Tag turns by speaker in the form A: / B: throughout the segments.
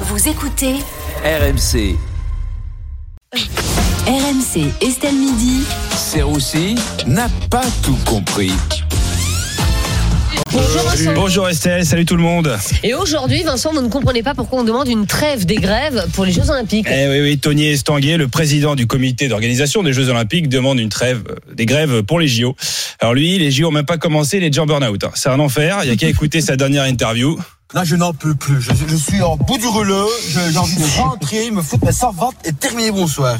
A: Vous écoutez
B: RMC,
A: RMC Estelle Midi.
B: Serroussi n'a pas tout compris.
C: Bonjour Vincent.
D: Bonjour Estelle, salut tout le monde.
C: Et aujourd'hui, Vincent, vous ne comprenez pas pourquoi on demande une trêve des grèves pour les Jeux Olympiques.
D: Eh oui, oui, Tony Estanguet, le président du comité d'organisation des Jeux Olympiques, demande une trêve, euh, des grèves pour les JO. Alors lui, les JO ont même pas commencé, il est déjà en burn-out. hein. C'est un enfer, il y a qu'à écouter sa dernière interview.
E: Là, je n'en peux plus. Je, je suis en bout du rouleau. Je- J'ai envie de rentrer, me foutre ma servante et terminer mon soir.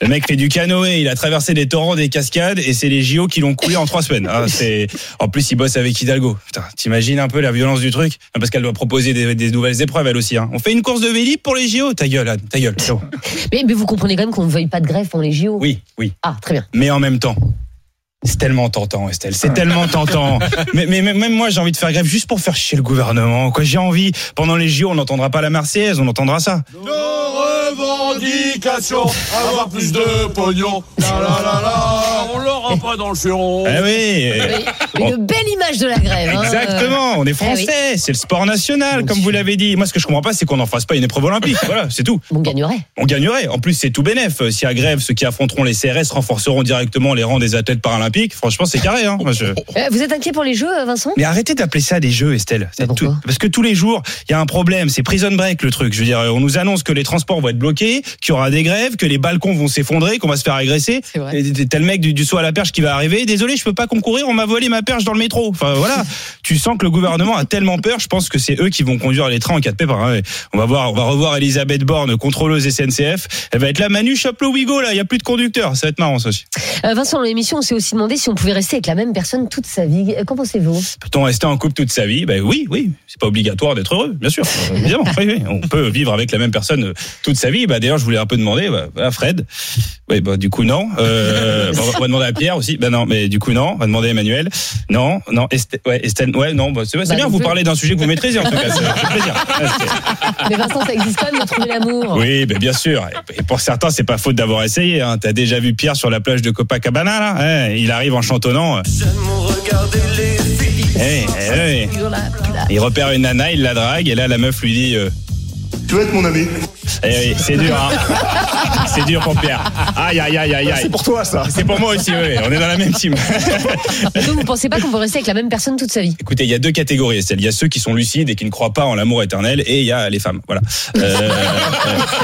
D: Le mec fait du canoë, il a traversé des torrents, des cascades, et c'est les JO qui l'ont coulé en trois semaines. Ah, c'est... En plus, il bosse avec Hidalgo. Putain, t'imagines un peu la violence du truc Ah, Parce qu'elle doit proposer des, des nouvelles épreuves, elle aussi. hein. On fait une course de vélib pour les JO Ta gueule, Anne, ta gueule. ciao.
C: Mais, mais vous comprenez quand même qu'on ne veuille pas de grève pour les JO.
D: Oui, oui.
C: Ah, très bien.
D: mais en même temps. C'est tellement tentant, Estelle. C'est tellement tentant. Mais, mais mais- même moi, j'ai envie de faire grève juste pour faire chier le gouvernement. Quoi, j'ai envie. Pendant les JO, on n'entendra pas la Marseillaise, on entendra ça.
F: Nos revendications, avoir plus de pognon. La la la la, on l'aura pas dans le furon.
D: Ah oui. euh, Bon.
C: Une belle image de la grève. hein.
D: Exactement. On est français. C'est le sport national, comme vous l'avez dit. Moi, ce que je comprends pas, c'est qu'on n'en fasse pas une épreuve olympique. Voilà, c'est tout.
C: Euh, On gagnerait.
D: On gagnerait. En plus, c'est tout bénef. Euh, Si à grève, ceux qui affronteront les CRS renforceront directement les rangs des athlètes paralympiques. Franchement, c'est carré. Hein. Moi, je-
C: Euh, vous êtes inquiet pour les Jeux, euh, Vincent
D: Mais arrêtez d'appeler ça des jeux, Estelle. C'est
C: Bah, pourquoi
D: tout- Parce que tous les jours, il y a un problème. C'est prison break, le truc. Je veux dire, euh, on nous annonce que les transports vont être bloqués, qu'il y aura des grèves, que les balcons vont s'effondrer, qu'on va se faire agresser.
C: C'est vrai.
D: Et T'as le mec du, du saut à la perche qui va arriver. Désolé, je peux pas concourir. On m'a volé ma perche dans le métro. Enfin, voilà. tu sens que le gouvernement a tellement peur. Je pense que c'est eux qui vont conduire les trains en cas de pépin. hein. On va voir, on va revoir Elisabeth Borne, contrôleuse SNCF. Elle va être là. Manu, chope le Wigo, là. Il y a plus de conducteur. Ça va être marrant, ça aussi.
C: Euh, Vincent, dans l'émission, on s'est aussi demandé si on pouvait rester avec la même personne toute sa vie. Euh, Qu'en pensez-vous
D: Peut-on rester en couple toute sa vie Ben oui, oui. C'est pas obligatoire d'être heureux, bien sûr. Euh, Évidemment, oui, oui. On peut vivre avec la même personne euh, toute sa vie. Bah d'ailleurs, je voulais un peu demander bah, à Fred. Oui, bah du coup non. Euh, bah, on va demander à Pierre aussi. Ben non, mais du coup non. On va demander à Emmanuel. Non, non. Esté- ouais, Estelle. Ouais, non. bah, c'est c'est
C: Bah,
D: bien.
C: non
D: Vous
C: plus.
D: parlez d'un sujet que vous maîtrisez en tout cas. C'est c'est plaisir. Ouais, c'est-
C: Mais Vincent, ça existe quand même de trouver l'amour.
D: oui, ben bien sûr. Et pour certains, c'est pas faute d'avoir essayé. Hein. T'as déjà vu Pierre sur la plage de Copacabana là Ouais, Il arrive en chantonnant. euh. Eh, eh, eh. Il repère une nana, il la drague, et là la meuf lui dit. euh,
F: Tu veux être mon ami
D: eh oui, c'est dur, hein. C'est dur pour Pierre. Aïe, aïe, aïe, aïe, aïe. C'est pour toi, ça. C'est pour moi aussi, oui. On est dans la même team.
C: Et donc, vous pensez pas qu'on peut rester avec la même personne toute sa vie
D: Écoutez, il y a deux catégories, Estelle. Il y a ceux qui sont lucides et qui ne croient pas en l'amour éternel, et il y a les femmes. Voilà. Euh, euh,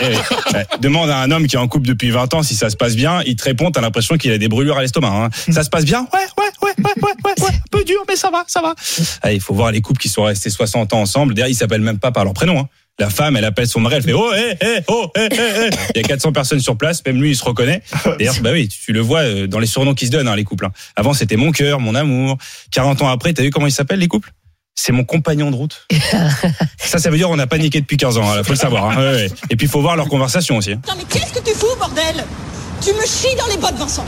D: euh, euh, demande à un homme qui est en couple depuis 20 ans si ça se passe bien, il te répond, t'as l'impression qu'il a des brûlures à l'estomac. hein. Ça se passe bien Ouais, ouais, ouais, ouais, ouais, ouais, ouais. Un peu dur, mais ça va, ça va. Ah, il faut voir les couples qui sont restés 60 ans ensemble. D'ailleurs, ils s'appellent même pas par leur prénom. hein. La femme, elle appelle son mari, elle fait oh eh eh oh eh eh eh. Il y a 400 personnes sur place, même lui il se reconnaît. D'ailleurs, bah oui, tu, tu le vois euh, dans les surnoms qui se donnent hein, les couples. hein. Avant c'était mon cœur, mon amour. 40 ans après, t'as vu comment ils s'appellent les couples C'est mon compagnon de route. ça, ça veut dire on a paniqué depuis 15 ans. hein, faut le savoir. hein. Ouais, ouais. Et puis faut voir leur conversation aussi. hein.
G: Putain, mais qu'est-ce que tu fous, bordel Tu me chies dans les bottes, Vincent.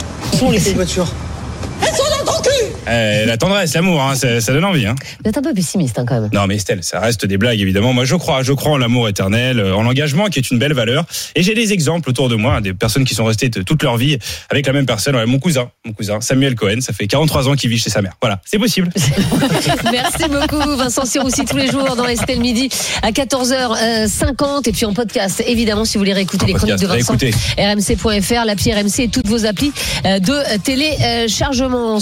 G: Elles sont dans ton cul
D: Euh, la tendresse, l'amour, hein, ça, ça donne envie. hein.
C: Vous êtes un peu pessimiste hein, quand même.
D: Non mais Estelle, ça reste des blagues évidemment. Moi je crois, je crois en l'amour éternel, euh, en l'engagement qui est une belle valeur. Et j'ai des exemples autour de moi, hein, des personnes qui sont restées t- toute leur vie avec la même personne. Ouais, mon cousin, mon cousin Samuel Cohen, ça fait 43 ans qu'il vit chez sa mère. Voilà, c'est possible.
C: Merci beaucoup, Vincent Siroussi, tous les jours dans Estelle Midi à 14h50. Et puis en podcast, évidemment, si vous voulez réécouter
D: En
C: les chroniques
D: podcast, bah,
C: de Vincent,
D: réécoutez.
C: rmc.fr, l'appli RMC et toutes vos applis euh, de téléchargement.